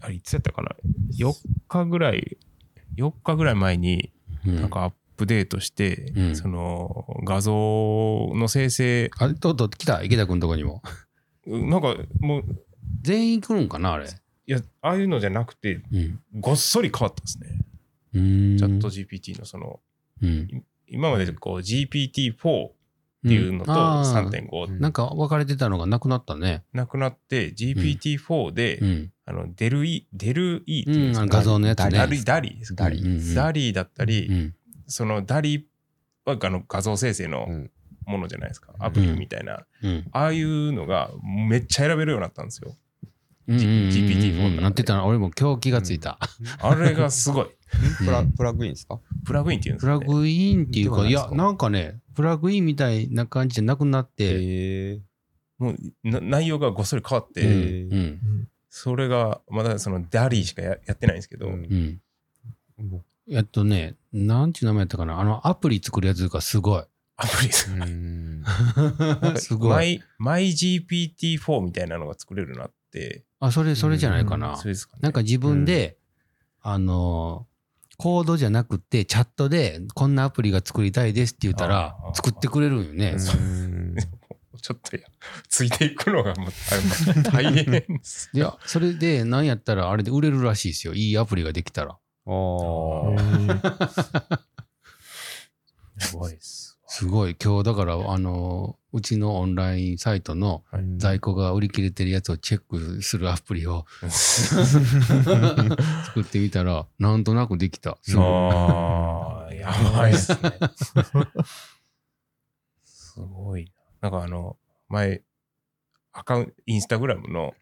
あれいつやったかな4日ぐらい4日ぐらい前にうんなんかアップデートして、うんその画像の生成あれ、とうとう来た、池田君のとこに も。なんかもう全員来るんかな、あれ。いやああいうのじゃなくてうん。ごっそり変わったんですね、うんチャット GPT のそのうん。今までこう GPT4 っていうのとあー3.5、なんか分かれてたのがなくなったね。なくなって GPT4 で、うん。あのデルイデルイっていうんですうかん画像のやつねダリダリですかダリうんうんダリだったり、うん。そのダリはあの画像生成のうんものじゃないですか、アプリみたいな、うん。ああいうのがめっちゃ選べるようになったんですよ。うんうんうんうん GPT-4 の中でなってたな。俺も今日気がついた。あれがすごい。 プラプラグインですかプラグインっていうんでプすか、ラね。グインっていうか、ではいないですやか、なんかね、プラグインみたいな感じじゃなくなって、へえ。もうな内容がごっそり変わって、うんーうんそれがまだそのダリしかややってないんですけど、うんうん。もえっとね、なんちゅう名前やったかな、あの、アプリ作るやつがす ごい。アプリですう。うん。なんかすごマい。イマイ GPT4 みたいなのが作れるようになって、あ、それ、それじゃないかな。それですかね。なんか自分で、あのー、コードじゃなくて、チャットで、こんなアプリが作りたいですって言ったらあ、ー作ってくれるんよね。うんちょっとや ついていくのがもうあの大変です。いや、それで、なんやったら、あれで売れるらしいですよ。いいアプリができたら。あーすごい です。 すごい。今日、だから、あのー、うちのオンラインサイトのはい在庫が売り切れてるやつをチェックするアプリを作ってみたら、なんとなくできた。すごい。ああ、やばいっすね。すごいな。なんかあの、前、アカウンインスタグラムの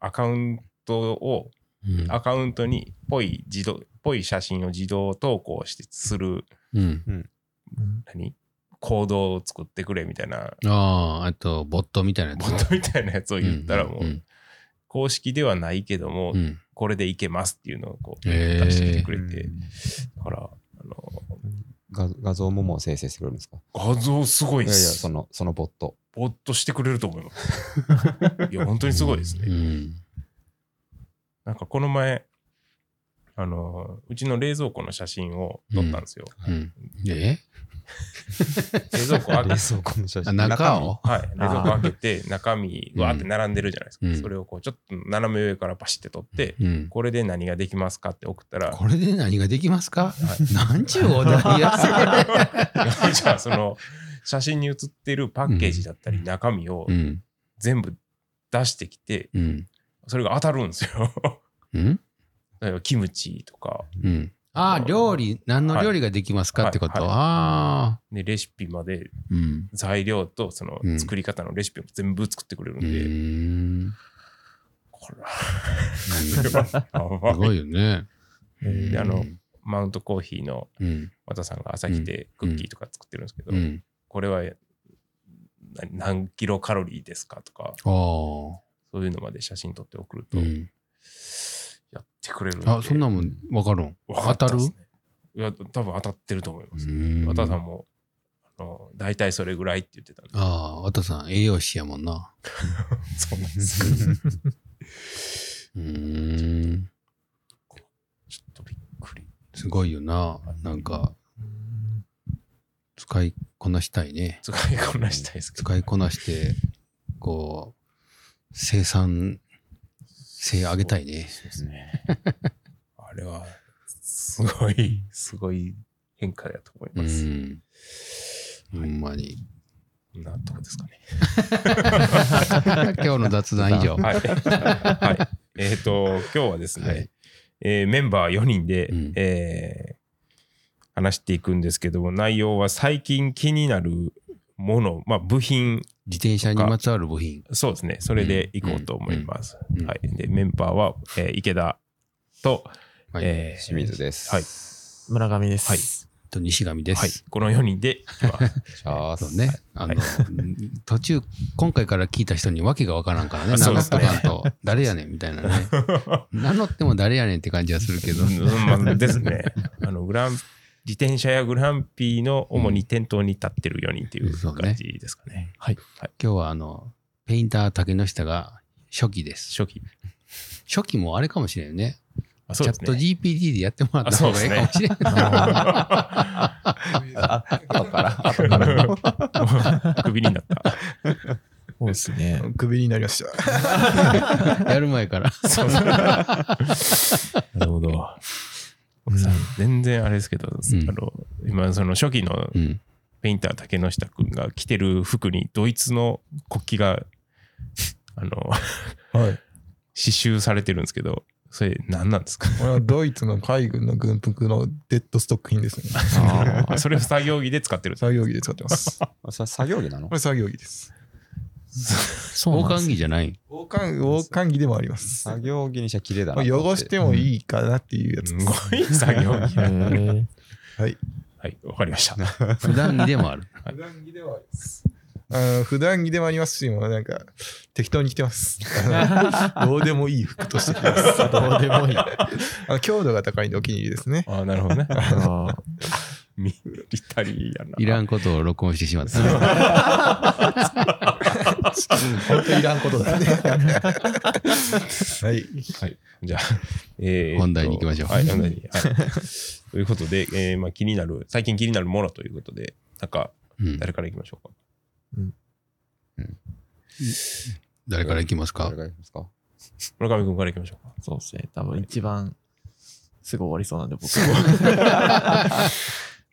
アカウントを、うんアカウントにぽい自動、ぽい写真を自動投稿してする、うん。何行動を作ってくれみたいな、ああ、あと、ボットみたいなやつボを。ットみたいなやつを言ったらもんう、ん公式ではないけどもう、んこれでいけますっていうのをこう、へー出してきてくれて、だから、あの、画画像ももう生成してくれるんですか画像すごいいでやいや、すそ。の、そのボット。ぼーっとしてくれると思い ます。いや、本当にすごいですうね。ん。なんかこの前、あの、うちの冷蔵庫の写真を撮ったんですよ。うん。え冷蔵庫開 け 冷蔵庫の写あ真。中をはい、冷蔵庫開けて、中身、わーって並んでるじゃないですか。うんそれをこう、ちょっと斜め上からパシって撮って、うん。これで何ができますかって送ったら、これで何ができますかはいなんちゅうお題や じゃあ、その、写真に写ってるパッケージだったり、中身を うん。全部出してきて、うん。それが当たるんですよ。 うん。例えば、キムチとか、うん。ああ、料理、何の料理ができますかってこと。はいはいああ。でレシピまでうん。材料とそのうん作り方のレシピも全部作ってくれるんうで、ーん。これはすごいよね。であの、マウントコーヒーのうん。和田さんが朝来てクッキーとか作ってるんですけど、うん。これはな何キロカロリーですかとかああ。そういうのまで写真撮って送ると、うん。やってくれるんであ、そんなんもんわかるん。分かった当たでるすねいや多分当たってると思います、うん和田さんもあの大体それぐらいって言ってたんでああ、わたさん、栄養士やもんな。そうなん ですうーん。ちょっとびっくりすごいよな。なんか、使いこなしたいね。使いこなしたいですけど使いこなして、こう、生産性上げたいね。そうですね。あれは、すごい、すごい変化だと思いうます。ん。ほん まに。こんなとこですかね。今日の雑談以上。はい。 はい、えっ、と、今日はですね、はいえーメンバー4人で、うんえー話していくんですけども、内容は最近気になるもの、まあ、部品、自転車にまつわる部品。そうですね、それでいこうと思います。うんうんうんはい、でメンバーは、えー池田と、はいえー清水です。はい村上です。と西上ではいす。、この4人でいきます。シャーそうス。ね。あの、途中、今回から聞いた人に訳がわからんからね。名そう乗でっすねとかんと、誰やねんみたい なね。名乗っても誰やねんって感じはするけど。うんまあですね。あの、グラン、自転車やグランピーの主に店頭に立ってる4人っていうそうね感じですかね。はい。はい。今日はあの、ペインター竹之下が初期です。初期。初期もあれかもしれんよね。あそチうャでッすトね。 GPT でやってもらったあそ方うでがいすねいかもしれん。あ後から、後から。 クビになった。そうですね。クビになりまし たやる前から。そうそうなるほど。僕さ全然あれですけど、んあの今その初期のうん。ペインター竹之下くんが着てる服にドイツの国旗があのはい刺繍されてるんですけど、それ何なんですかこれはドイツの海軍の軍服のデッドストック品 ですねあそれを作業着で使ってる。作業着で使ってますこさ作業着なのれ作業着ですそう交なんで換着すじゃない。王冠王冠着でもあります作業着にしちゃ綺麗だまなあと思汚っ。してもいいかなっていうやつすです、ごい作業着。へーはいはい、わかりました。普段着でもある。普段着ではあります。あの普段着でもありますし、もうなんか適当に着て ます。あのどうでもいい服として着てます。 どうでもいい。あの強度が高いんでお気に入りですね。ああ、なるほどね。あーミリタリーやな。いらんことを録音してしまった。本当いらんこと だね。はい。はい。じゃあ、えー本題に行きましょうはい、本題に。はい、ということで、えーまあ、気になる、最近気になるものということで、なんか、うん誰から行きましょうか。誰からいきますか誰がいますか村上君から行きましょうか。そうですね。多分一番すぐ終わりそうなんで、僕 なん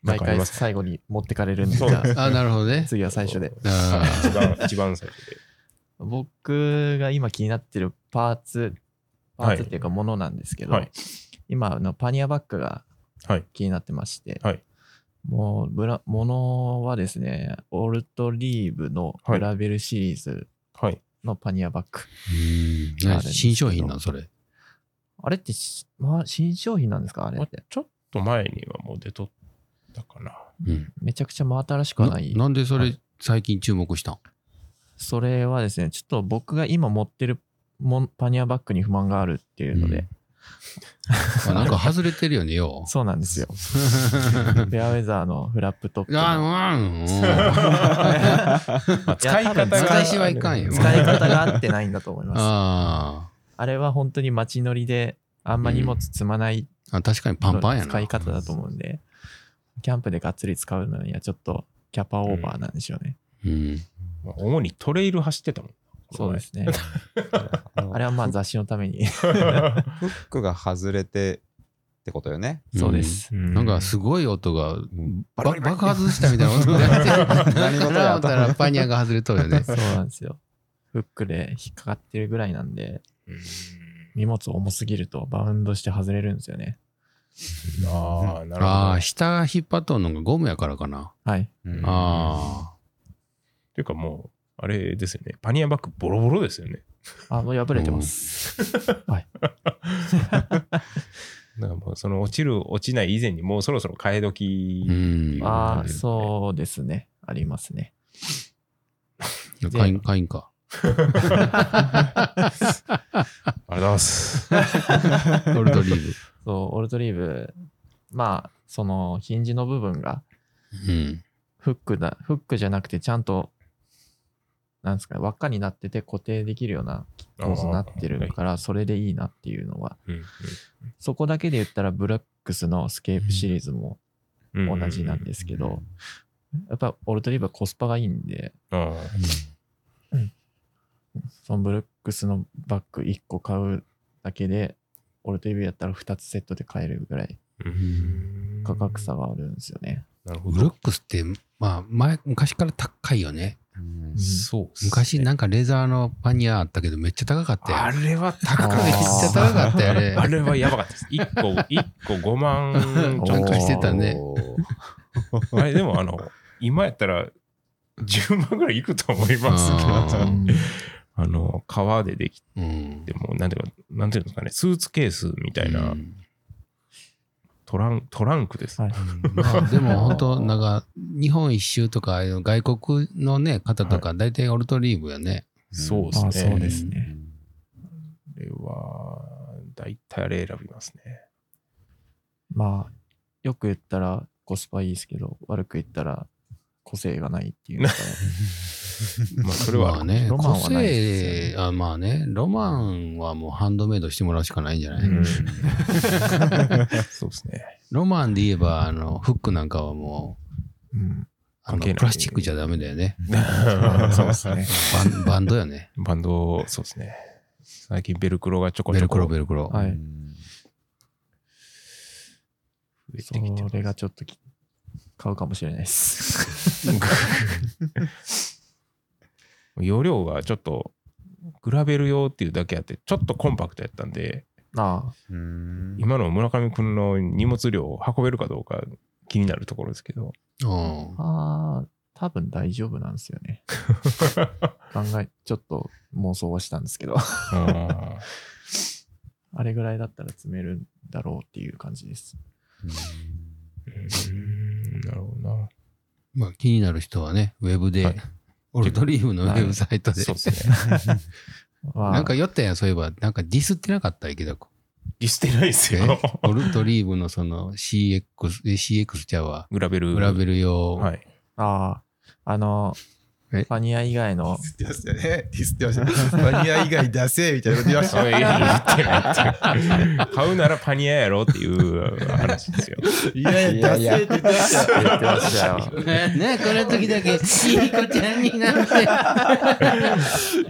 毎かあり回ます最後に持ってかれるんで、そうじゃああ、なるほどね。 次は最初で。あ一番、一番最初で。僕が今気になってるパーツ、パーツっていうかものなんですけど、はい今あのパニアバッグがはい気になってまして、はいもうブラ、ものはですね、オルトリーブのはいグラベルシリーズはい。のパニアバッグ。ーうんあなれ新商品なんそれ。あれってし、まあ、新商品なんですかあれまっあて。ちょっと前にはもう出とったかな。うんめちゃくちゃ真新しくはなない。なんでそはれい最近注目したんそれはですね、ちょっと僕が今持ってるもんパニアバッグに不満があるっていうので、あなんか外れてるよね、よう。そうなんですよ。フェアウェザーのフラップトップの。あうんうん。まあ使い方いや多分が。私はいかんよ使い方が合ってないんだと思います。あ あれは本当に街乗りで、あんま荷物積まないーあ。確かにパンパンやな。使い方だと思うんで、キャンプでがっつり使うのにはちょっとキャパオーバーなんでしょうね。うん。まあ主にトレイル走ってたもん。そうですね。あのあれはまあ雑誌のために。フックが外れてってことよね。そうです。うん。なんかすごい音がば爆発したみたいな音がや って何事や 思ったらパニアが外れとるよね。そうなんですよ。フックで引っかかってるぐらいなんで、うん荷物重すぎるとバウンドして外れるんですよね。ああ、なるほあどあ、。下引っ張っとんのがゴムやからかな。はい。うんあというかもう、あれですよね。パニアバッグボロボロですよね。あ、もう破れてます。だからもうその落ちる落ちない以前にもうそろそろ替え時あ。うん。ああ、そうですね。ありますね。カイン、カインか。ありがとうございます。オルドリーそう、オルトリーブ、まあ、そのヒンジの部分がブ。 うん。フックだ、フックじゃなくてちゃんと、なんですかね、輪っかになってて固定できるような構造になってるから、それでいいなっていうのは、うんそこだけで言ったらブラックスのスケープシリーズもうん同じなんですけど、やっぱオルトリーブはコスパがいいんで、あそのブラックスのバッグ1個買うだけで、オルトリーブやったら2つセットで買えるぐらいーうん価格差があるんですよね。なるほブルどッ。クスって、まあ、前、昔から高いよね。うんそうっすね昔なんかレザーのパニアあったけど、めっちゃ高かったよ。あれは高高くくなめっいちゃ高かったよ ね。 あれはやばかったです。1個、一個5万ちょな んっかとしてたねおーあれでもあの、今やったら10万ぐらいいくと思いますけあどー、あの、革でできうん。ても、なんていうか、なんていうんですかね、スーツケースみたいな、うんトラントランクです。はいまあでも本当なんか日本一周とかああいう外国のね方とか大体オルトリーブよね、そうですね。あそうですうねんこれは、大体あれ選びますね。まあ、よく言ったらコスパいいですけど、悪く言ったら個性がないっていうか、まあ、それはあまある、ね、ロマンはないですよね個性あまあね、ロマンはもうハンドメイドしてもらうしかないんじゃない、うんそうですね。ロマンで言えば、あの、フックなんかはもう、うん、あ関係なのいプラスチックじゃダメだよね。 そうですね。 バンバンドよね。バンド、そうですね。最近ベルクロがちょこベちルょクこロ増ベルクロ。はうい。んえてきてそれまがちょっとき買うかもしれない です。す容量がちょっとグラベル用っていうだけあってちょっとコンパクトやったんでああ、うん今の村上君の荷物量を運べるかどうか気になるところですけどうん。ああ、多分大丈夫なんですよ ね。考え、ちょっと妄想はしたんですけど、ああれぐらいだったら詰めるんだろうっていう感じです。ーうんなるほどなまあ気になる人はね、ウェブで、はいオルトリームのウェブサイトで。そうですねま あなんか酔ったやん、そういえば、なんかディスってなかった池田君。ディスってないですよえオルトリームのその CX、え CX ちゃうわ。グラベルグラベル用、はいああ、あの、えパニア以 外の、ディスってましたよね。ディスってました。 マニア以外出せみたいなこと言いましたそよ。ういや言ってない言ってない買うならパニアやろっていう話ですよいやいや、出せって言ってましたよ。言ってましたよ。ね ねこの時だけ、いい子ちゃんになって。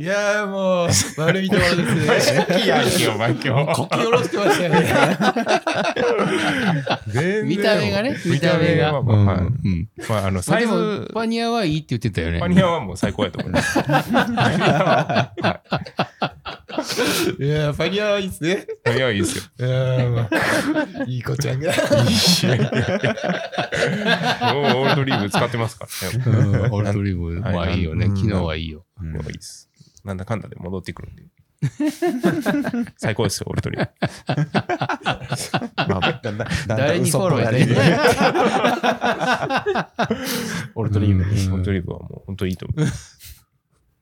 いやーもう、悪いところ です ね。いやいやお前今日き下ろしてましたよね。見た目がね、見た目が。はまあまあうんうん。まああのまあサでイもズ、パニアはいいって言ってたよね。パニアはもう最高やと思います。パニアはいやー、パニアはいいですね。パニアはいいですよ。いやーまあいい子ちゃんが。もうオールドリーブ使ってますからね。うんオルトリームはいはいいよね。うん昨日はいいよ。いやいいです。なんだかんだで戻ってく るんで。最高ですよ、オールドリーブ。 まあ、だんだんだんだ誰んにフォ嘘っロぽいーやね。オルトリーム。オールドリーブはもう本当にいいと 思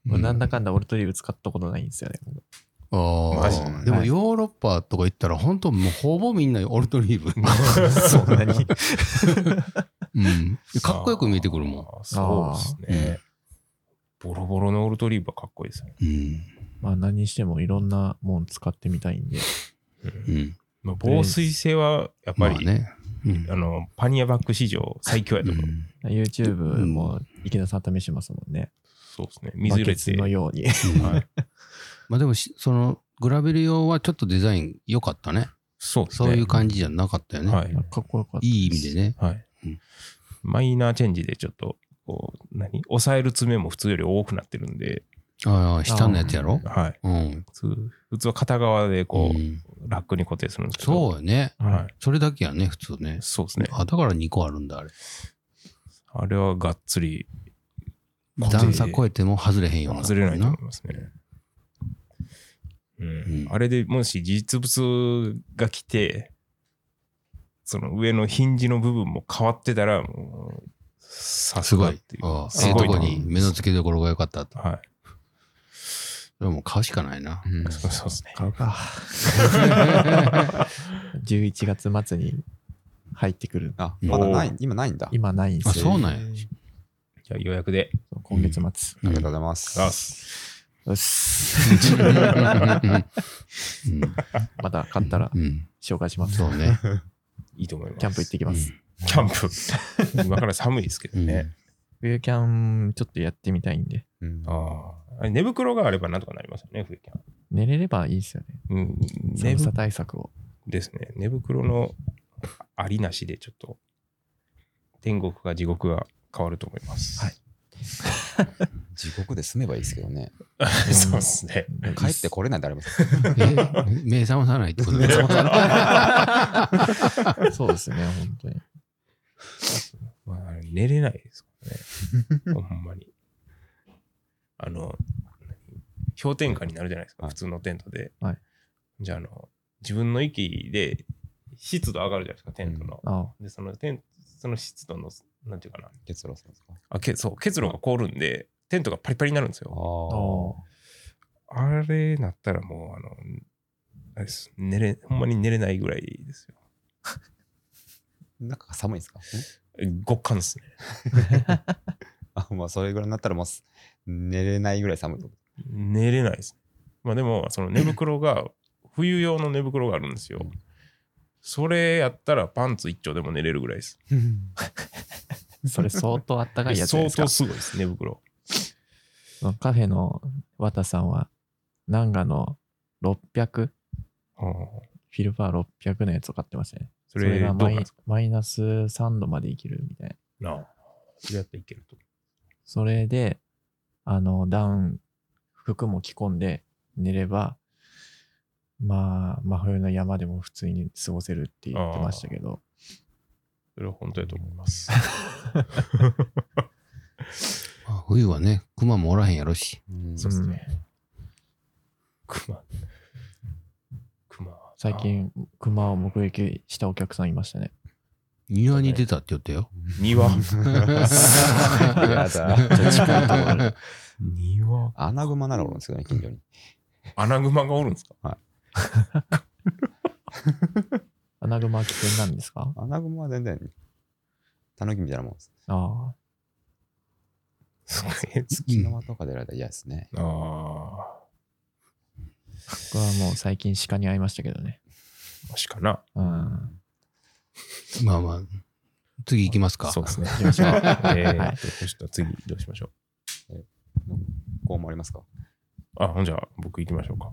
う。もうなんだかんだオルトリーム使ったことないんですよね。あマジあ。でもヨーロッパとか行ったら、本当もうほぼみんなオルトリーブ。そんなに。うん。かっこよく見えてくるもん。あーそうですね。ボロボロのオールドリーブはかっこいいですよね。うん。まあ何にしてもいろんなもん使ってみたいんで。うん。まあ防水性はやっぱまあり、ね。うんあのパニアバッグ史上最強やとう思う。ん YouTube も池田さん試してますもんね。そうですね。水入れバケツて。のように。 はいまあでもし、その、グラベル用はちょっとデザイン良かったね。そうですね。そういう感じじゃなかったよね。はい。かっこよかった。いい意味でね。はいうん。マイナーチェンジでちょっと、こう、何抑える爪も普通より多くなってるんで、ああ、下のやつやろはい。うん。普通、普通は片側でこうう、んラックに固定するんですけど。そうよね。はい。それだけやね、普通ね。そうですね。あ、だから2個あるんだ、あれ。あれはがっつり固定段差超えても外れへんような。外れないと思いますね。ううんん、あれでもし実物が来て、その上のヒンジの部分も変わってたら、もう、さすすごがっいてい。う。ああすええごといなこに目の付けどころが良かったと。はそれはもう買うしかないな。い。そうそうですね。買うか。11月末に入ってくる。あ、まだない、今ないんだ。あり今ないんであ、すよ。そうなんや。じゃあ予約で。今月末。うんがとうございます。あすうっす うんまた買ったらうん。紹介します。そ うね。いいと思います。 キャンプ行ってきうまんす。キャンプ。 今から寒いですけどね。冬キャンちょっとやってみたいんで。うんあああれ寝袋があればなんとかなりますよね、冬キャン。寝れればいいですよね。うん、寝寒ぶさ対策を。ですね。寝袋のありなしでちょっと、天国か地獄が変わると思います。はい地獄で住めばいいですけどね。い。そうですね。 帰ってこれない誰も。え目覚まさないってことだ よそうですね、本当に。まあ、あれ寝れないですから ね。ほんまに。あの、氷点下になるじゃないですか、はい普通のテントで。はいじゃあ、あの、自分の息で湿度上がるじゃないですか、テントの。あで、そのテンその湿度の、なんていうかな、結論さんですか。あけそう結露が凍るんでテントがパリパリになるんですよあ。ああれなったらもうあのあれです寝れほんまに寝れないぐらいですよ中が寒いですかん極寒ですね あ、まあそれぐらいになったらもうす寝れないぐらい寒い。寝れないです。まあでも、その寝袋が、冬用の寝袋があるんですよ。それやったらパンツ一丁でも寝れるぐらいです。それ相当あったかいやつじゃな い相で当すすかごいです、寝袋。そのカフェの綿さんは、ナンガの600、ああフィルバー600のやつを買ってましたね。そそれれどがうなマんイですかマイナス3度までいけるみたいな。なあ。それやっていけると。それで、あの、ダウン、服も着込んで寝れば、まあ、真冬の山でも普通に過ごせるって言ってましたけど、それは本当だと思います。 まあ冬はね、熊もおらへんやろし。そうですね。熊。熊。最近、熊を目撃したお客さんいましたね。庭に出たって言ったよ。あ。 庭。やだ。 庭。アナグマならおるんですけどね、近所に。アナグマがおるんですかアナグマは危険なんですかアナグマは全然、タヌキみたいなもんです。ああ、すげえ月の間とかでやられたら嫌ですね。あ僕はもう最近鹿に会いましたけどね。あ。マシかな。うん。まあまあ、次行きますか。そうですね。行きまし ょうえーはいどうした次どうしましょう。こうもありますかあ、ほんじゃあ僕行きましょうか。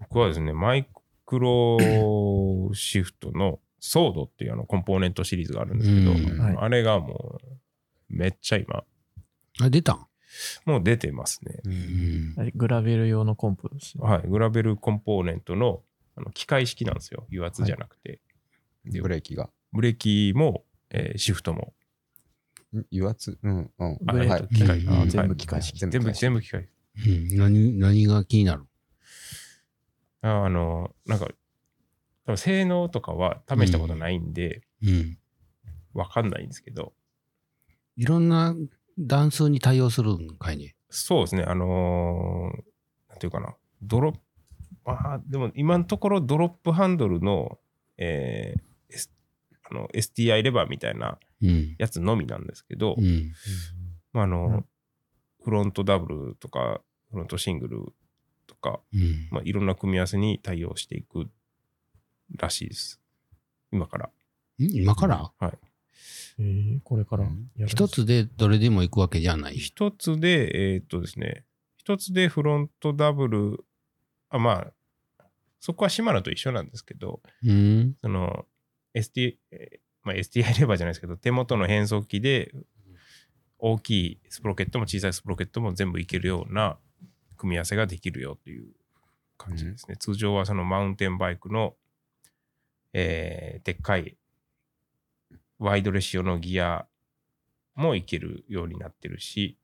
僕はですね、マイクロシフトのソードっていうあのコンポーネントシリーズがあるんですけど、うんはいあれがもうめっちゃ今、あ、出たんもう出てますね。うん。あれグラベル用のコンプですね。はい、グラベルコンポーネントのあの機械式なんですよ。油圧じゃなくて。ブレーキが。ブレーキも、えーシフトも。ん油圧うん、うん。あブレーはキい、機械、うんはい全部機械式全全部、部機械式全部機械。うん何、何が気になるああの、なんか、多分性能とかは試したことないんで、うん。わかんないんですけど、いろんな段数に対応するんかいね。そうですね、あのーなんていうかな、ドロップ、あーでも今のところドロップハンドルの、えー S- あの STI レバーみたいなうん。やつのみなんですけど、うん。まああのうんフロントダブルとか、フロントシングルとか、うん。まあ、いろんな組み合わせに対応していくらしいです。今から。ん今からえーこれからやる一つでどれでも行くわけじゃない。一つで、えーっとですね、一つでフロントダブル、あ、まあ、そこはシマラと一緒なんですけど、うん。その、ST、えーまあ、STI レバーじゃないですけど、手元の変速機で、大きいスプロケットも小さいスプロケットも全部いけるような組み合わせができるよという感じですね。通常はそのマウンテンバイクの、えーでっかいワイドレシオのギアもいけるようになってるし、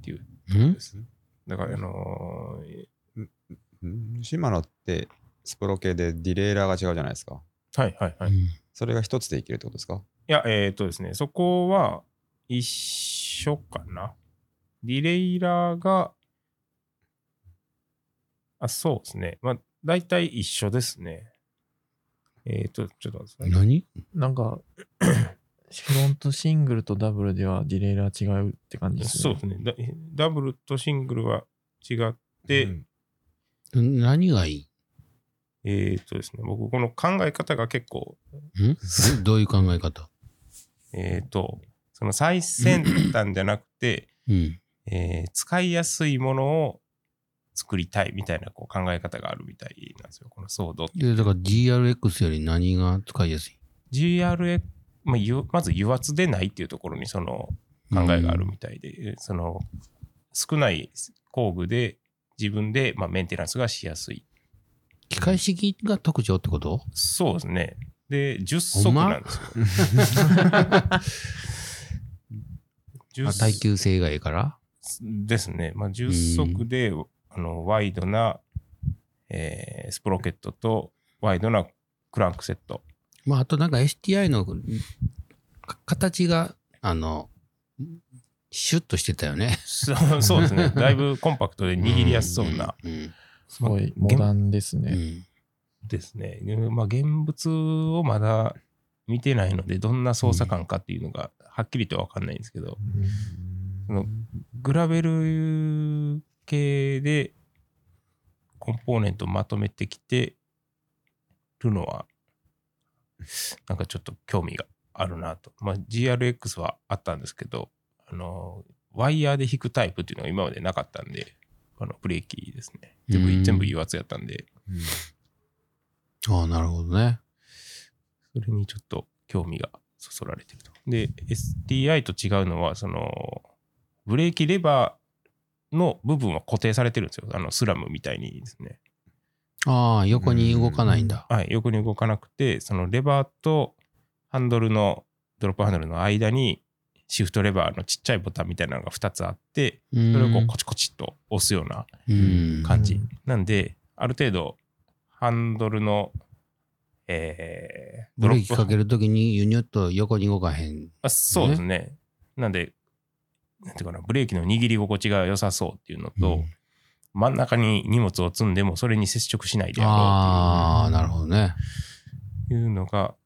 っていううんですね。だから、あのーうんシマノってスプロ系でディレイラーが違うじゃないですか。はいはいはい。それが一つでいけるってことですかいや、えっ、とですね、そこは一緒かな。ディレイラーが、あ、そうですね。まあ、大体一緒ですね。えっ、と、ちょっと待ってくださいね。何なんか、 フロントシングルとダブルではディレイラー違うって感じですそうね。ですねダ。ダブルとシングルは違って、うん何がいいえっ、とですね、僕、この考え方が結構、ん どういう考え方えっ、と、その最先端じゃなくて、うん。えー使いやすいものを作りたいみたいなこう考え方があるみたいなんですよ、このソードってで、だから GRX より何が使いやすい GRX、まあ、ゆまず油圧でないっていうところにその考えがあるみたいで、その少ない工具で自分でまあメンテナンスがしやすい。機械式が特徴ってことそうですね。で、10ほ足んまなんですよ。10 あ耐久性がいいからですね。まあ、10足で、あのワイドな、えースプロケットとワイドなクランクセット。まあ、あとなんか STI のか形が、あの、シュッとしてたよね。そうそうです ね。だいぶコンパクトで 握りやすそうな。うん。すごいモダンですうね。ん。ですね。まあ、現物をまだ見てないので、どんな操作感かっていうのがはっきりとは分かんないんですけど、そのグラベル系でコンポーネントをまとめてきてるのは、なんかちょっと興味があるなと。まあ、GRX はあったんですけど、あの、ワイヤーで引くタイプっていうのが今までなかったんで、あの、ブレーキですね。全うん部、全部油圧やったんで、ああ、なるほどね。それにちょっと興味がそそられてると。で、STI と違うのは、その、ブレーキレバーの部分は固定されてるんですよ。あの、スラムみたいにですね。ああ、横に動かないんだ。はい、横に動かなくて、そのレバーとハンドルの、ドロップハンドルの間に、シフトレバーのちっちゃいボタンみたいなのが2つあって、そそれをこうコチコチっと押すようなうん。感うじん。なんで、ある程度、ハンドルの、えーブレーキかける。るときにユニュッと横に動かへん。あそうですね。なんで、なんていうかな、ブレーキの握り心地が良さそうっていうのと、うん真ん中に荷物を積んでもそれに接触しないであろうっていう。ああ、なるほどね。いうのが、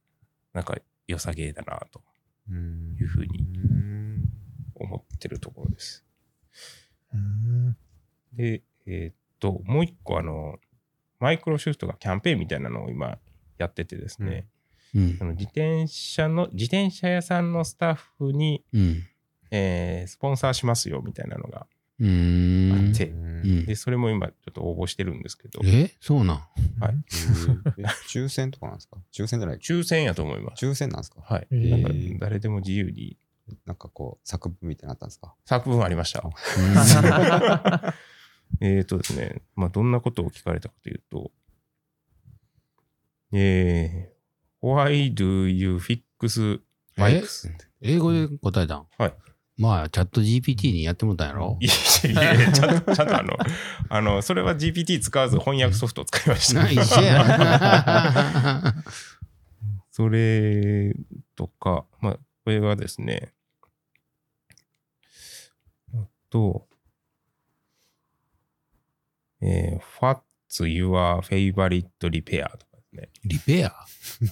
なんか良さげだなとうんいうふうにうん思ってるところです。うんで、えーっと、もう一個、あの、マイクロシフトがキャンペーンみたいなのを今やっててですね、うんあ。の自転車の、自転車屋さんのスタッフに、うん。えースポンサーしますよみたいなのがうーあんって、うんで、それも今ちょっと応募してるんですけど、えそうなんえ抽選とかなんですか抽選じゃない抽選やと思います。抽選なんですかはい。えーなんか誰でも自由になんかこう、作文みたいになったんですか作文ありました。 えーとですね、まあ、どんなことを聞かれたかというと、えー、Why do you fix うんえ bikes? 英語で答えたんはい。まあ、チャット GPT にやってもらったんやろいやいやいや、ちゃんと、ちゃんとあの、あの、それは GPT 使わず翻訳ソフトを使いましなた。い 一緒や。 それとか、まあ、これはですね、あと、えー、What's your favorite repair? とかですね。リペアはい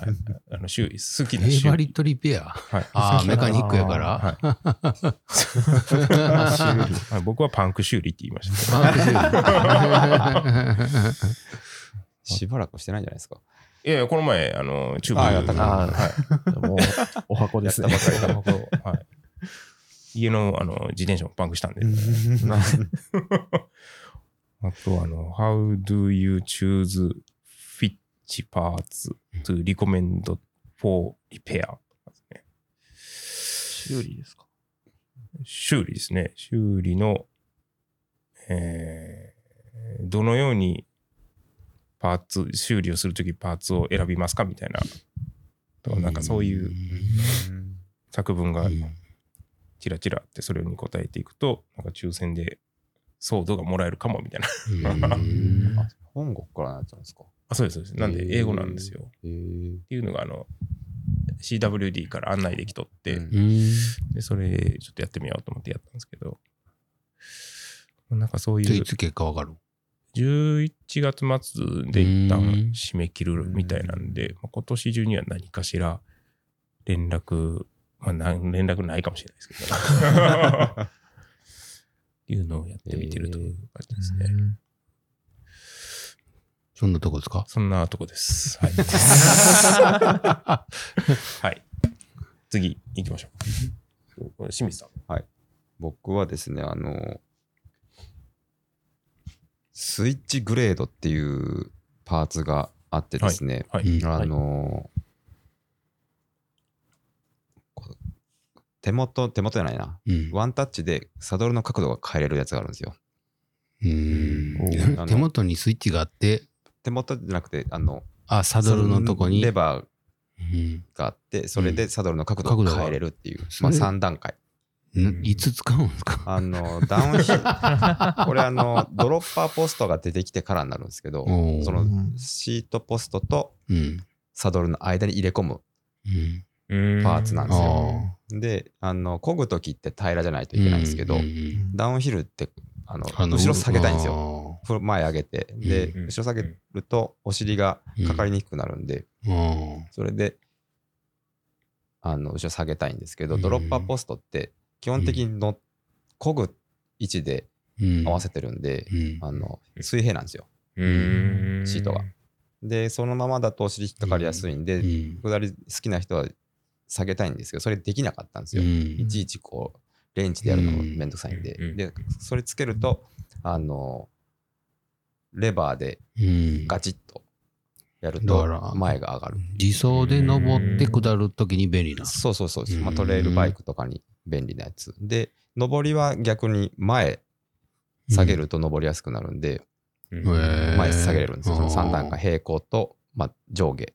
あの修理好きフなェイ修バ理リットリペアはい。ああ、メカニックやから。はいは い僕はパンク修理って言いましたけど。しばらくしてないんじゃないですかいやいや、この前、あの、チューブあやったなはいもう、お箱ですね。やったばっかりだはい家のあの自転車もパンクしたんで。 あと、あの、How do you choose which parts to recommend for repair? 修理ですか。修理ですね。修理の、えーどのようにパーツ、修理をするときパーツを選びますかみたいな、とかなんかそういう作文がちらちらあって、それに答えていくと、なんか抽選でソードがもらえるかもみたいな。 うんあ本国からのやつなんですかあ、そうです、そうです。なんで、英語なんですよ。へえ。っていうのが、あの、CWD から案内できとって、うんうんで、それ、ちょっとやってみようと思ってやったんですけど、なんかそうい、いいうつ結果わかる11月末で一うん旦締め切るみたいなんで、まあ今年中には何かしら連絡、まあ、なん連絡ないかもしれないですけど。っていうのをやってみてるという感じですね。うんそんなとこですかそんなとこです。はい。 はい、次行きましょう。これ清水さん。僕はですね、あの、スイッチグレードっていうパーツがあってですね、はい。うんあのこう手元、手元じゃないな。うんワンタッチでサドルの角度が変えれるやつがあるんですよ。うんお手元にスイッチがあって、手元じゃなくて、あの、あ、サドルのとこに。レバーうんがあって、それでサドルの角度を変えれるっていう、角度まがあ3段階。んいつ使うんですかあの、ダウン ヒル、これあの、ドロッパーポストが出てきてからになるんですけど、おーそのシートポストとうん。サドルの間に入れ込むうんパーツなんですあよ。で、あの、漕ぐときって平らじゃないといけないんですけど、うんうんダウンヒルってあのあの後ろ下げたいんですよ。よ。ふ前上げて。で、うん後ろ下げるとお尻がかかりにくくなるんで、あーうんそれで、あの、後ろ下げたいんですけど、うんドロッパーポストって基本的に乗っ漕ぐ位置でうん合わせてるんで、うんあの水平なんですよ。うーんシートが。で、そのままだと尻引っかかりやすいんで、うん下り好きな人は下げたいんですけど、それできなかったんですよ。いちいちこう、レンチでやるのもめんどくさいんで。うんで、それつけると、あの、レバーでうんガチッとやるだからと、前が上がる。自走で登って下るときに便利な。そうそうそうです、うまあ、んトレイルバイクとかに便利なやつ。で、上りは逆に前下げると上りやすくなるんで、うんへー前下げれるんですよ。そのあー3段が平行と、まあ、上下。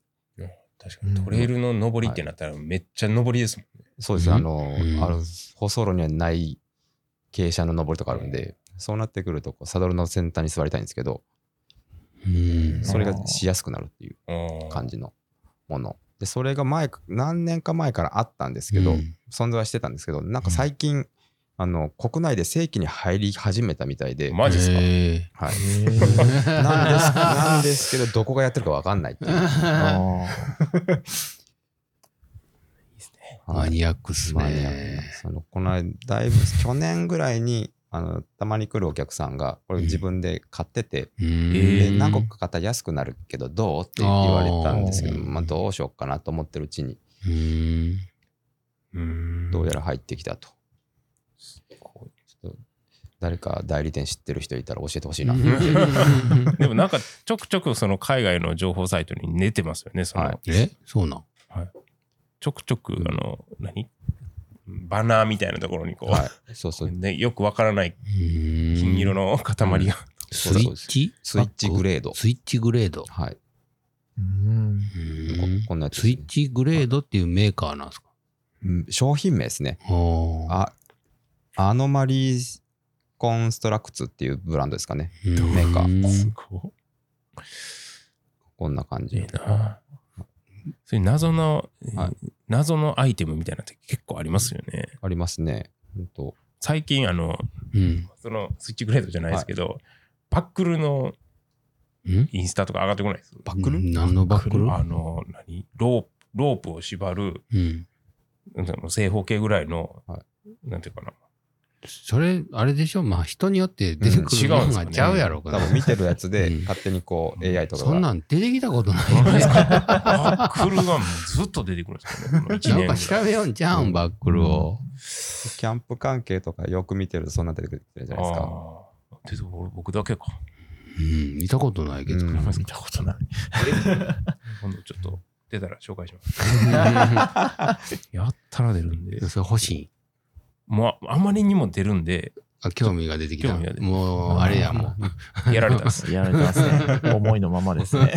確かにトレイルの上りってなったらめっちゃ上りですもんね。そうですうね、んあの、うんあの舗装路にはない傾斜の上りとかあるんで、そうなってくるとこう、サドルの先端に座りたいんですけど、うん。それがしやすくなるっていううん感じのもの。で、それが前、何年か前からあったんですけど、存在はしてたんですけど、なんか最近、あの国内で正規に入り始めたみたいで、マジっすかへはい、ーえなんですなんですけど、どこがやってるか分かんないっ ていう。マはいニアックっすマニアックなんねで。すあのこの間、だいぶ去年ぐらいにあの、たまに来るお客さんが、これ自分で買ってて、うんで何個か買ったら安くなるけど、どうって言われたんですけど、あーまあ、どうしようかなと思ってるうちに、うんうんどうやら入ってきたと。ちょっと誰か代理店知ってる人いたら教えてほし いな。でもなんかちょくちょくその海外の情報サイトに出てますよね。そのはいえそうなんちょくちょくあの、何バナーみたいなところにこう、はい、そうそう、ね、よくわからない金金色の塊が、スイッチスイッチグレード。スイッチグレード。はい、こうんこんなやつですスね、イッチグレードっていうメーカーなんですかうん商品名ですね。あああアノマリーコンストラクツっていうブランドですかね。メーカーすごこんな感いじい。なそういう謎の、はい謎のアイテムみたいなのって結構ありますよねありますね。ほんと最近あのうん。そのスイッチグレードじゃないですけど、バックルのんインスタとか上がってこないですバックル何のバックルあの何ロープロープを縛るうん。なんていうの正方形ぐらいの、はなんていうかなそれ、あれでしょまあ人によって出てくるうん違うんのですかがねちゃうやろう多から。分見てるやつでうん勝手にこううん AI とかそんがなん出てきたことない。バックルがもうずっと出てくるんですよねこの一な年ぐんらかい調べようんじゃうん、バックルを。キャンプ関係とかよく見てるとそんな出てくるじゃないですか。あーでも僕だけかうん、見たことないけど。うん 見たことない。今度ちょっと出たら紹介しますそやったら出るんで。れ欲しい。もうああまりにも出るんで、あ、興味が出てきた。興味が出てもう、あれや、もう。や られたんです。やられてます ね。思いのままですね。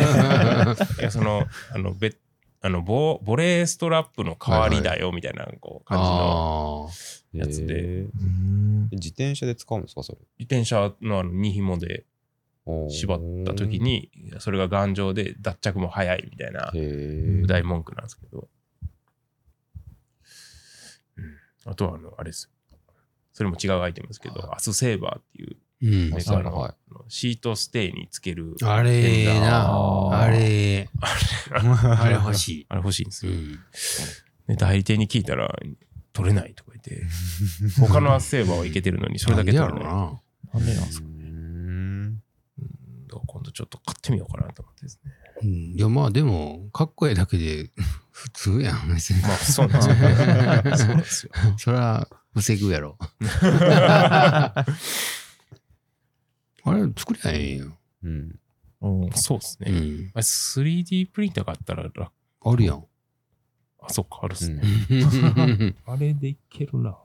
いや、 その、あの、べあのボ、ボレーストラップの代わりだよ、みたいな、こう、感じのああ。やつでへーうん自転車で使うんですかそれ。自転車のあの、2紐でおー縛った時。に、それが頑丈で、脱着も早い、みたいなへ、ーうだい文句なんですけど。うんあとは、あの、あれですよそれも違うアイテムですけど、アスセーバーっていううんメ。ーカーの、はいあのシートステイにつける、あれええあな。ーあれええ。あれ欲しあれ欲しいんですい。うよ。ん。で代理店に聞いたら取れないとか言って他のアッセーバーはいけてるのにそれだけ取なれんでないやろな。なんでなんですかうんうんだから今度ちょっと買ってみようかなと思ってですねうんいや、まあでも、かっこええだけで 普通やん、別に。まあそうなんですよねそうなんですよ そら、防ぐ やろ。あれ、作りゃええんよ。うんうん そうですうね、ん。あれ 3D プリンターがあったら楽あるやん。 あそっかあるっすね、うんあれでいけるな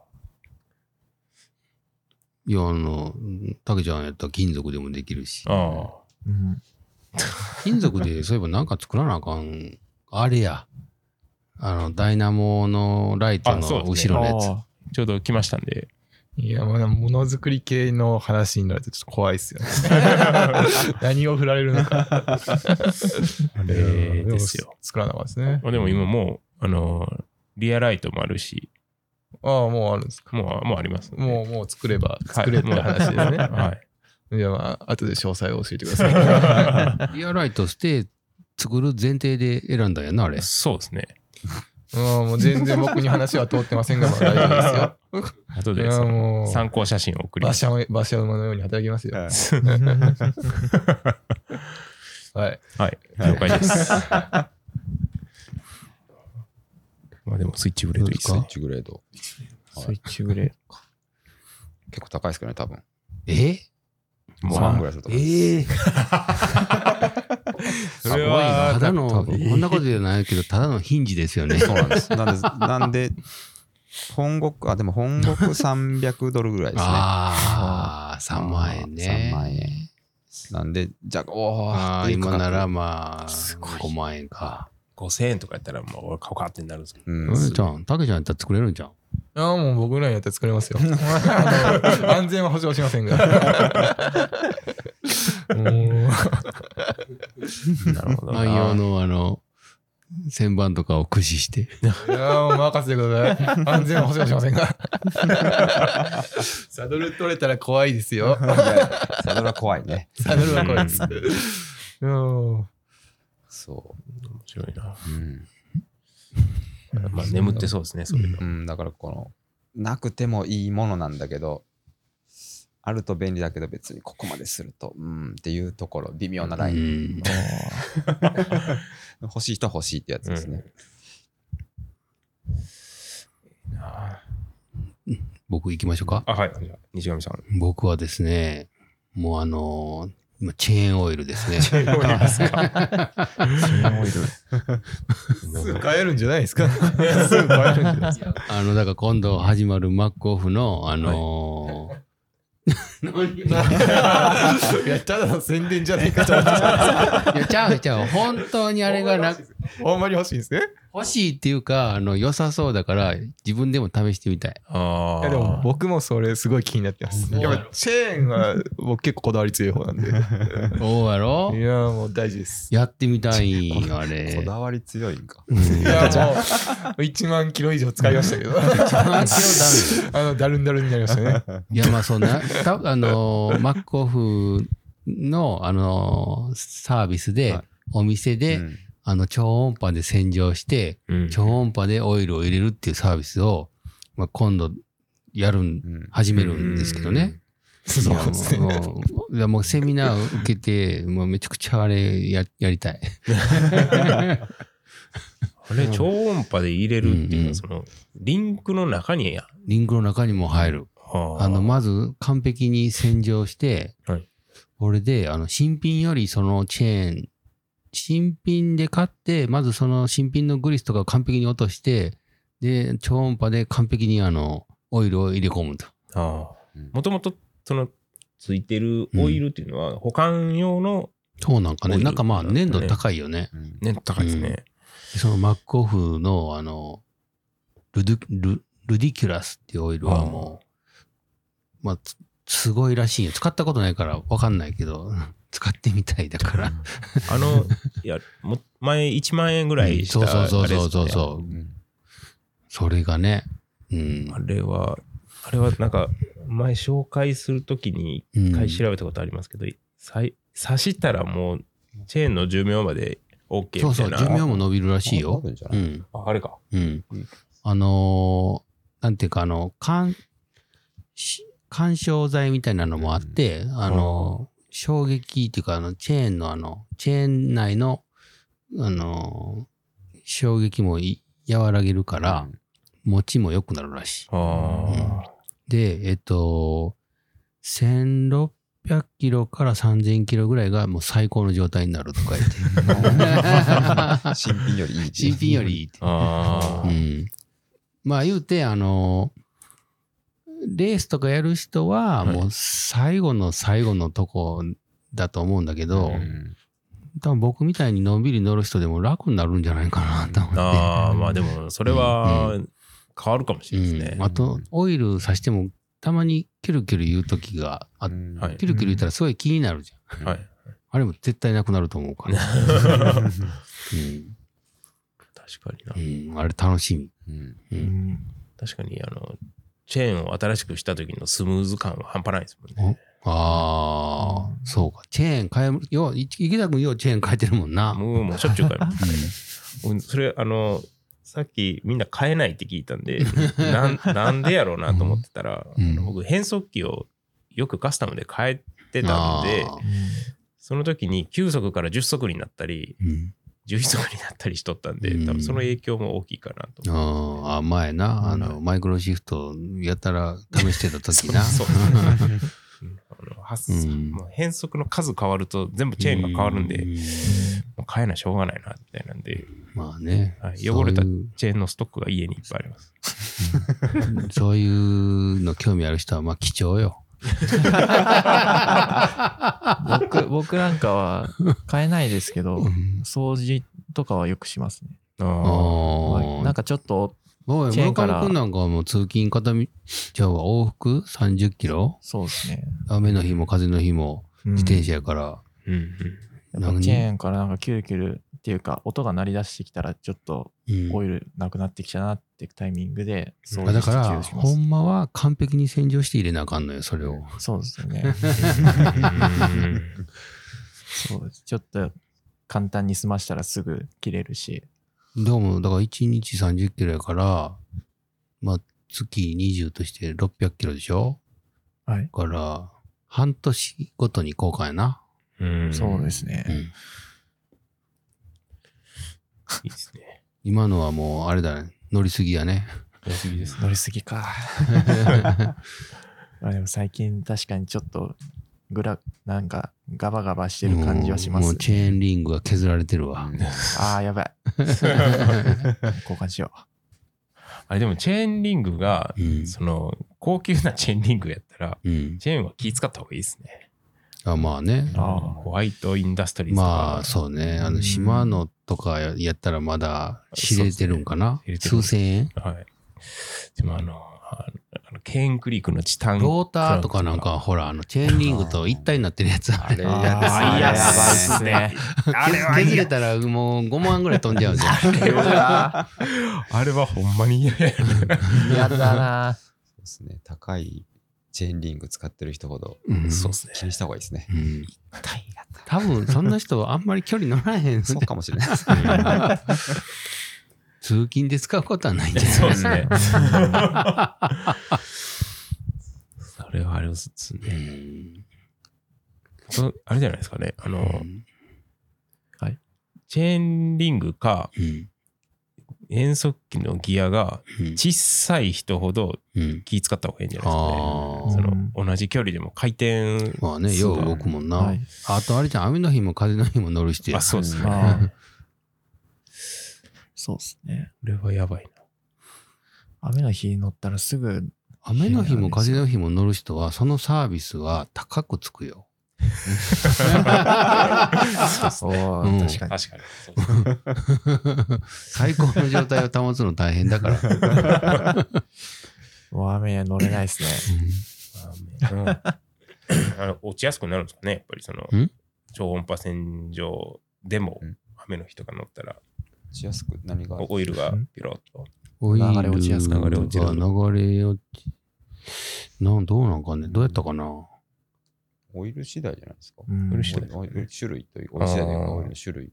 いや、あの、たけちゃんやったら金属でもできるしあ。あうん金属で、そういえばなんか作らなあかん。あれや。あの、ダイナモのライトあのそうです後ねろのやつ。あちょうど来ましたんでいや、まあ、ものづくり系の話になるとちょっと怖いっすよ ね。何を振られるのか。あれですよも作らなかったですね。まあでも今もうあのーリアライトもあるしああ、もうあるんですか。もうもうありますんでもう、もう作れば、はい作れって話です ね。はいい。じゃあまあ、後で詳細を教えてください。リアライトして作る前提で選んだんやな、あれ。そうですね。うん、もう全然僕に話は通ってませんが、まあ大 丈夫ですよ。後いでやそのもう参考写真を送り馬ます。車馬馬車馬のように働きますよ。はい。はい、 了解です。まあでもスイッチブレードいいですどねう。ッチグレード。スイッチグレ結構高いですけどね、多分。えも5う万ぐらいすると思う。ええそすごいれな。たはだの、こ多分んなことじゃないけど、ただのヒンジですよね。そうなんです。なんで、なんで本国、あ、でも本国300ドルぐら いですね。ああ、3万円ね。 3万円。なんで、じゃあ、おあーっあ、ていう今価格ならまあ、すごい5万円か。 5000円とかやったらもう俺買おうかってなるんですけど。うんうんちゃん、たけちゃんやったら作れるんじゃん。ああ、もう僕らにやったら作れ ますよ。あの安全は保証しません が。もうなるほどな。万葉のあの、旋盤とかを駆使して。いやもう任せてください。安全は保証しませんが。 サドル取れたら怖いですよ。サドルは怖いね。 サドルは怖いです。うんそ面白いな。う。うん。まあ眠ってそうですね、そういうの。うん、だからこの、なくてもいいものなんだけど、あると便利だけど別にここまですると、うんっていうところ、微妙なライン。うん 欲しい人は欲しいってやつですね。僕行きましょうか。あ、はい。西上さん。僕はですね、もうあのー今チェーンオイルですね。 すぐ帰るんじゃないですか。すぐ帰るんじゃないですか。あの、だから今度始まるマックオフの、あのー いや、ただの宣伝じゃないかと思っていやちゃうちゃう本当にあれがなほんまに欲しいんですね。欲しいっていうかあの良さそうだから自分でも試してみたいあいあ。やでも僕もそれすごい気になってます。おーやっぱチェーンは僕結構こだわり強い方なんで。いどうやろやーもう大事です。やってみたいんよあれこだわり強いんか。いやもう1万キロ以上使いましたけど、 あのダルンダルンになりましたね。いやまあそんなたあのーマックオフのあのーサービスで、はいお店で、うんあの超音波で洗浄してうん超音波でオイルを入れるっていうサービスを、まあ、今度やるんうん始めるんですけどね。そうですいやねもういやもうセミナー受けて、もうめちゃくちゃあれややりたい。あれ、超音波で入れるっていうのうんうは、んその、リンクの中にや。リンクの中にも入る。はあの、まず完璧に洗浄して、はいこれで、あの、新品よりそのチェーン、新品で買って、まずその新品のグリスとかを完璧に落として、で、超音波で完璧にあの、オイルを入れ込むと。ああうんもともとそのついてるオイルっていうのは保管用のそうなんかオイね、ルなんかまあなんかね粘度高いよね。うんね高いですね、そのマックオフのあのルドゥルルディキュラスっていうオイルはもうまあつすごいらしいよ使ったことないから分かんないけど 使ってみたいだからあのいやも前1万円ぐらいしたそうそうそうそあうそうそううんそれがねうんれですねあれはあれはなんか前紹介するときにうん一回調べたことありますけど、さい刺したらもうチェーンの寿命まで OK そうみそたいうな寿命も伸びるらしいよあるんじゃうないんああれかうんうんあのーなんていうかあの干し干渉剤みたいなのもあって、あのー衝撃っていうかあのチェーンのあのチェーン内のあのー衝撃もい和らげるから、持ちも良くなるらしい。あでえっと1600キロから3000キロぐらいがもう最高の状態になると か言ってうん新品よりいいっていう新品よりいいってああうあん、まあ言うてあのレースとかやる人ははいもう最後の最後のとこだと思うんだけど、うん多分僕みたいにのんびり乗る人でも楽になるんじゃないかなと思って。ああまあでもそれは変わるかもしれないですね、うん、あとオイルさしてもたまにキュルキュル言う時があっうんはいキュルキュル言ったらすごい気になるじゃん、はいあれも絶対なくなると思 うから、確かになうんうん、あれ楽しみ、うんー。確かにあのチェーンを新しくした時のスムーズ感は半端ないですもんね。ああ、そうかチェーン変えようい池田君ようチェーン変えてるもんな、もうもうしょっちゅう買います。うんそれあのさっきみんな買えないって聞いたん で、なんなんでやろうなと思ってたら、うん僕、変速機をよくカスタムで変えてたんで、あーその時に9速から10速になったり、うん11速になったりしとったんで、うん多分その影響も大きいかなと思あーあ、前な、あの、マイクロシフトやたら試してた時 な。そう う。うんあの発うんもう変速の数変わると全部チェーンが変わるんで、うもう変えなしょうがないなみたいなんで、まあね、はい汚れたそういうチェーンのストックが家にいっぱいあります。そういうの興味ある人は、まあ貴重よ。僕僕なんかは買えないですけどうん掃除とかはよくしますね、あはい、なあんかちょっとあ、チェ村ーンから上君なんかはもう通勤片道、じゃあ往復30キロそうですね雨の日も風の日も自転車やから、ーうんうんやっぱチェーンからなんかキュルキュルっていうか音が鳴り出してきたらちょっとうんオイルなくなってきたなってタイミングで掃あ除だしてから、給しまほすんまは完璧に洗浄して入れなあかんのよ、それを。そうですよねうんそうですちょっと簡単に済ましたらすぐ切れるしどうも、だから1日30キロやから、まあ、月20として600キロでしょはいだから、半年ごとに交換やな。 うんそうですね、うんいいですね。今のはもう、あれだね。乗りすぎやね。やりすぎですね。乗りすぎかまあでも最近確かにちょっとグラなんかガバガバしてる感じはしまもうもす、うチェーンリングが削られてるわ。ああやばい 交換しよあれでもチェーンリングが、うん。その高級なチェーンリングやったら、うん。チェーンは気使った方がいいですね。あまあね。あホワイトインダストリーズとかまあ、そうね。あうの、ん島野とかやったらまだ知れてるんかなそう。ですね数千円はい。でもあの、ああのケーンクリークのチタン。ローターとかなんか、ほら、あの、チェーンリングと一体になってるやつああれれうやだあーやばいっすね。あれは削れたらもう5万ぐらい飛んじゃうじゃん。うや あれはほんまに嫌や。だなそうですね。高いチェーンリング使ってる人ほどうんそうっすね。気にした方がいいですね。うん痛いやった多分そんな人はあんまり距離乗らへん。そうかもしれないです。通勤で使うことはないんじゃそうなでいすね。それはあれですね。そあれじゃないですかね。あうの、んチェーンリングかうん変速機のギアがうん小さい人ほどうん気使った方がいいんじゃないですかね。あーそうんの同じ距離でも回転あ。まあね、よう動くもんな。はいあとあれじゃん、雨の日も風の日も乗る人やあ、。そうですね。こ あーそうですねれはやばい雨の日乗ったらすぐ雨の日も風の日も乗る人は、そのサービスは高くつくよ。おーうん確かな。に確かに。最高の状態を保つの大変だから。もう雨乗れないですねうんあの落ちやすくなるんですかね、やっぱりそのん超音波洗浄でもうん雨の日とか乗ったらしやすく何が。オイルがピロッと。オイル流れ落ちやすく流れ落ちるが流れ落ちなんどうなんかねどうやったかなオイル次第じゃないですか。うんうるしいオイル種類という、オイル次第というかオイルの種類。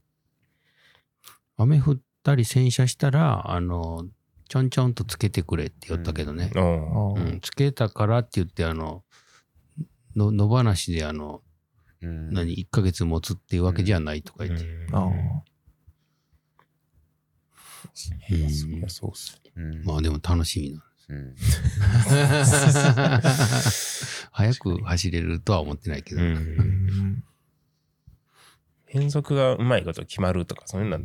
雨降ったり洗車したらあのちょんちょんとつけてくれって言ったけどね、うんううんつけたからって言ってあのの野放しであの、うん何1ヶ月持つっていうわけじゃないとか言って、あーうんうんそりゃそうっすねうんまあでも楽しみ なうん早く走れるとは思ってないけど、うん変速がうまいこと決まるとか、そういうの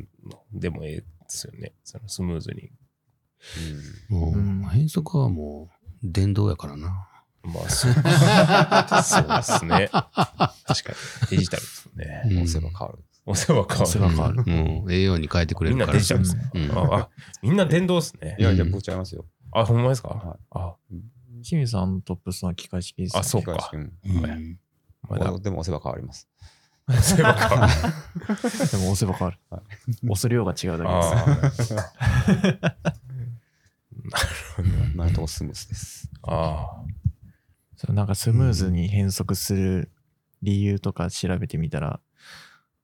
でもええですよね。そのスムーズに。もう、うん変速はもう電動やからなまあ、そうそうですね。確かに。デジタルですもんね。うん。押せば変わる。押せば変わる。変わるもう栄養に変えてくれみるんかならデジタルですね。うんああ、みんな電動ですねい。やいや、僕ちゃいますよ。あ、ほんまですかはあ、清水さんのトップスの機械式ですねあそうか東君うんまだでも押せば変わります。押せば変わる。でも押せば変わるは。押す量が違うだけです。 あ今のところスムーズです。ああそうなんかスムーズに変速する理由とか調べてみたら、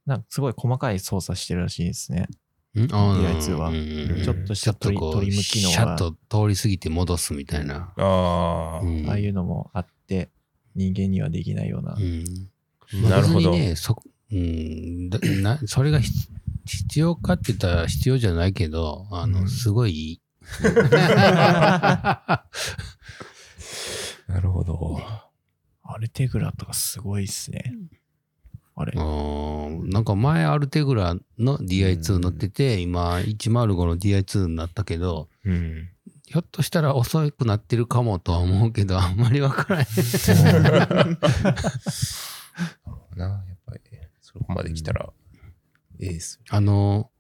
なんかすごい細かい操作してるらしいですね。んあー DI2 はうんちょっとしちょっとこう取り取り向きのがシャッと通り過ぎて戻すみたいな。ああ、んああいうのもあって、人間にはできないよ うな。うんなるほど別にね、そ、うん、だなそれがひ必要かって言ったら必要じゃないけど、あの、うんすごいいい。なるほど。アルテグラとかすごいっすね。あれう。んなんか前アルテグラの DI2 乗ってて、今105の DI2 になったけど、うん。ひょっとしたら遅くなってるかもとは思うけど、あんまりわから ない。な、やっぱり、そこまで来たら、ええっす。あの、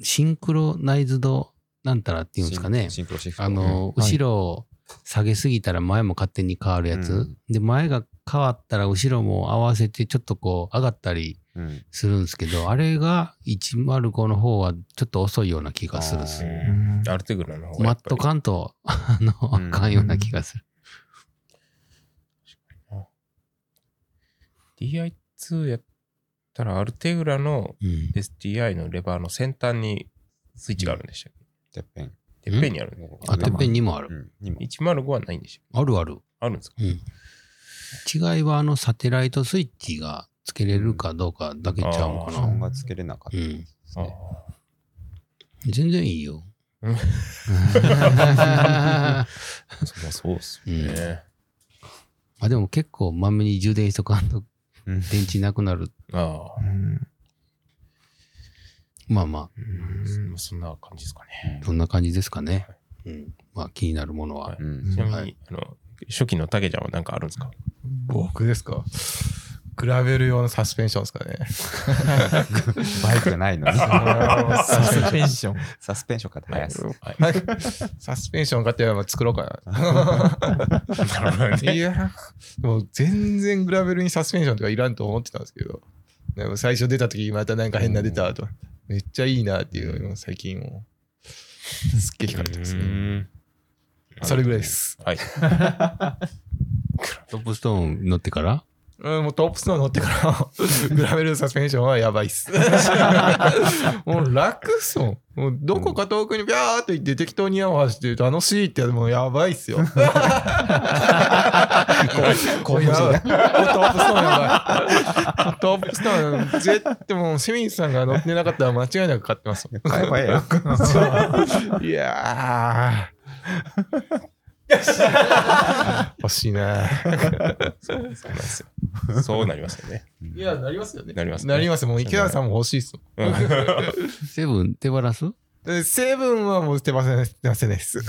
シンクロナイズドなんたらっていうんですかね。シンクロシフト。あの、はい後ろを下げすぎたら前も勝手に変わるやつ、うんで前が変わったら後ろも合わせてちょっとこう上がったりうん、するんですけどあれが105の方はちょっと遅いような気がするっすうんアルテグラの方がマやっッぱトり。感とあの、うんあかんような気がする、 DI2 やったら、アルテグラのうん STI のレバーの先端にスイッチがあるんでしたってっぺん。けてっぺんにあるね。あてっぺんにもあうる、ん、にも。 105はないんでしょあるある、あるんですかうん、違いはあのサテライトスイッチがつけれるかどうかだけちゃうんかあな、ー音がつけれなかったですあね。あ全然いいようんそりゃそうっすよね。 あでも結構まめに充電しとかんとうん電池なくなる。ああ。うんまあまうんそんな感じですかね。あ、そんな感じですかね。うん、まあ気になるものは。うんちなみはに、あの、初期のタケちゃんは何かあるんですか僕ですかグラベル用のサスペンションですかね。バイクがないのに。サスペンション。サスペンションかって早す。はいなんかサスペンション買って作ろうかな。なるほどねいや、もう全然グラベルにサスペンションとかいらんと思ってたんですけど、でも最初出た時またなんか変な出たと、めっちゃいいなっていうのを最近もう、すっげえ惹かれてますうね。んそれぐらいです。はい。トップストーン乗ってからうん、もうトップスノー乗って から、グラベルサスペンションはやばいっ す。もう楽っすもん。もうどこか遠くにビャーっと行って適当に合わせて楽しいってもうやばいっすよ。こういうトップスノーやばい。トップスノー、絶対もう清水さんが乗ってなかったら間違いなく買って ますもん。買えばええよ。いやー。欲しいな。そうなんですよ。そうなりますよね。いや、なりますよね。なりますねなります。もう池田さんも欲しいっすもん。 うんセブン手放すえ成分はもう手放せないです。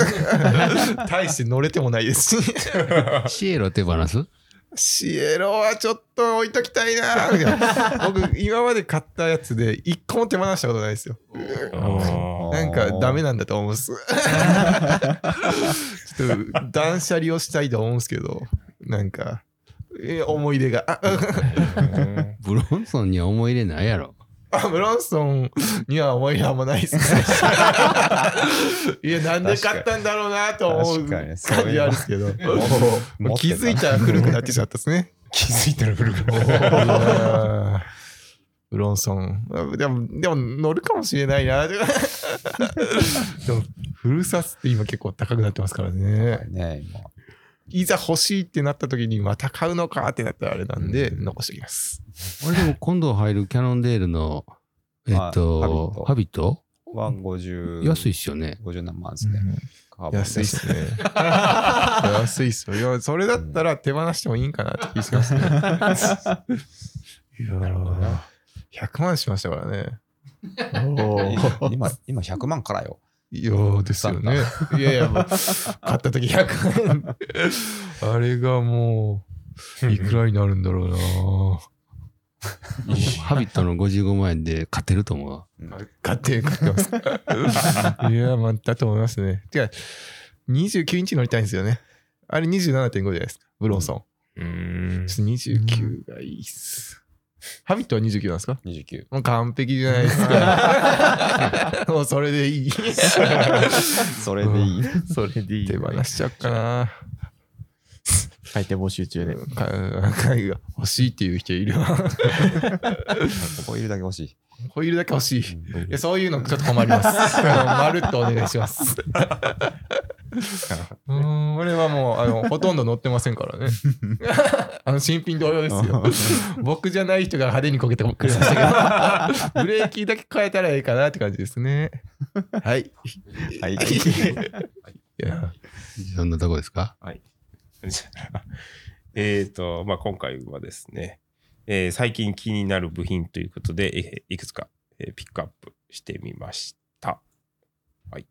大して乗れてもないですし。シエロ手放すシエロはちょっと置いときたいなみたいな。僕、今まで買ったやつで一個も手放したことないですよ。あなんかダメなんだと思うん です。ちょっと断捨離をしたいと思うんですけど、なんか、え思い出が。あーブロンソンには思い入れないやろ。あ、ブロンソンには思い出あんまないですね。 いや、なんで買ったんだろうなと思う確かに感そういうのじはあるんですけど。も持うって気づいたら古くなってちゃったですね。気づいたら古くなるブロンソン。でも、でも乗るかもしれないな。でも、フルサスって今結構高くなってますからね。ね今いざ欲しいってなった時にまた買うのかってなったらあれなんで、残しておきます。俺でも今度入るキャノンデールの、えっと、ハハビットは50。安いっすよね。 50何万ですね。カーボンで安いっすね。安いっすよいや。それだったら手放してもいいんかなって気しますね。いやー100万しましたからね。今、今100万からよ。いやーですよね。いやい や、もう買った時100円。あれがもう、いくらになるんだろうハビットの55万円で勝てると思うわ。な買って、買ってます。いや、まあ、だと思いますね。てか、29インチ乗りたいんですよね。あれ27.5じゃないですか、ブロンソン。うんちょっと29がいいっす。ハビットは29なんですか29。もう完璧じゃないですか。 もうそれでいい。それでいい。それでいい。手放しちゃおっかな。買い手募集中で。か貝が欲しいっていう人いるわ。ホイールだけ欲しい。ホイールだけ欲しい。いうんやそういうのちょっと困り ます。あのまるっとお願いします。うーん、俺はもう、あの、ほとんど乗ってませんからね。あの、新品同様です よ。僕じゃない人が派手にこけてくれました けど、ブレーキだけ変えたらいいかなって感じですね。はい。はい。いやそんなとこですかじゃあえっと、まあ、今回はですね、えー最近気になる部品ということで、えーいくつか、えーピックアップしてみました。はい。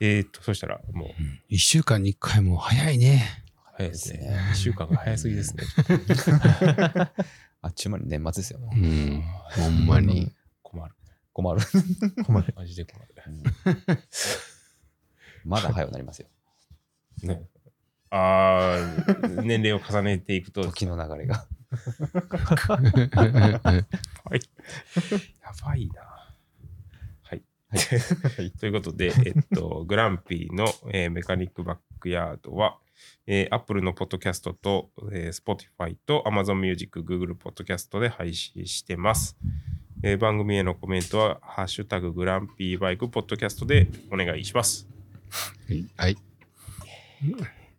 えっ、と、そしたら、もう、一週間に一回も早いね。早いですね。1週間が早すぎですね。 あっちゅう間に年末ですよ。うん。ほんま に。困る。困る。困る。マジで困る。まだ早くなりますよ。ね、ああ、年齢を重ねていくと、や時の流れが。ばいな。はい。はいということで、えっと、グランピーの、えーメカニックバックヤードは、えー Apple のポッドキャストと、えー Spotify と Amazon Music、Google ポッドキャストで配信してます。えー番組へのコメントは、ハッシュタググランピーバイクポッドキャストでお願いします。はい。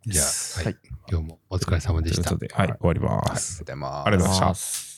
じゃあ、はい。今日もお疲れ様でしたというこ。とで、はい、終わります。ありがとうございます。ありがとうございましたす。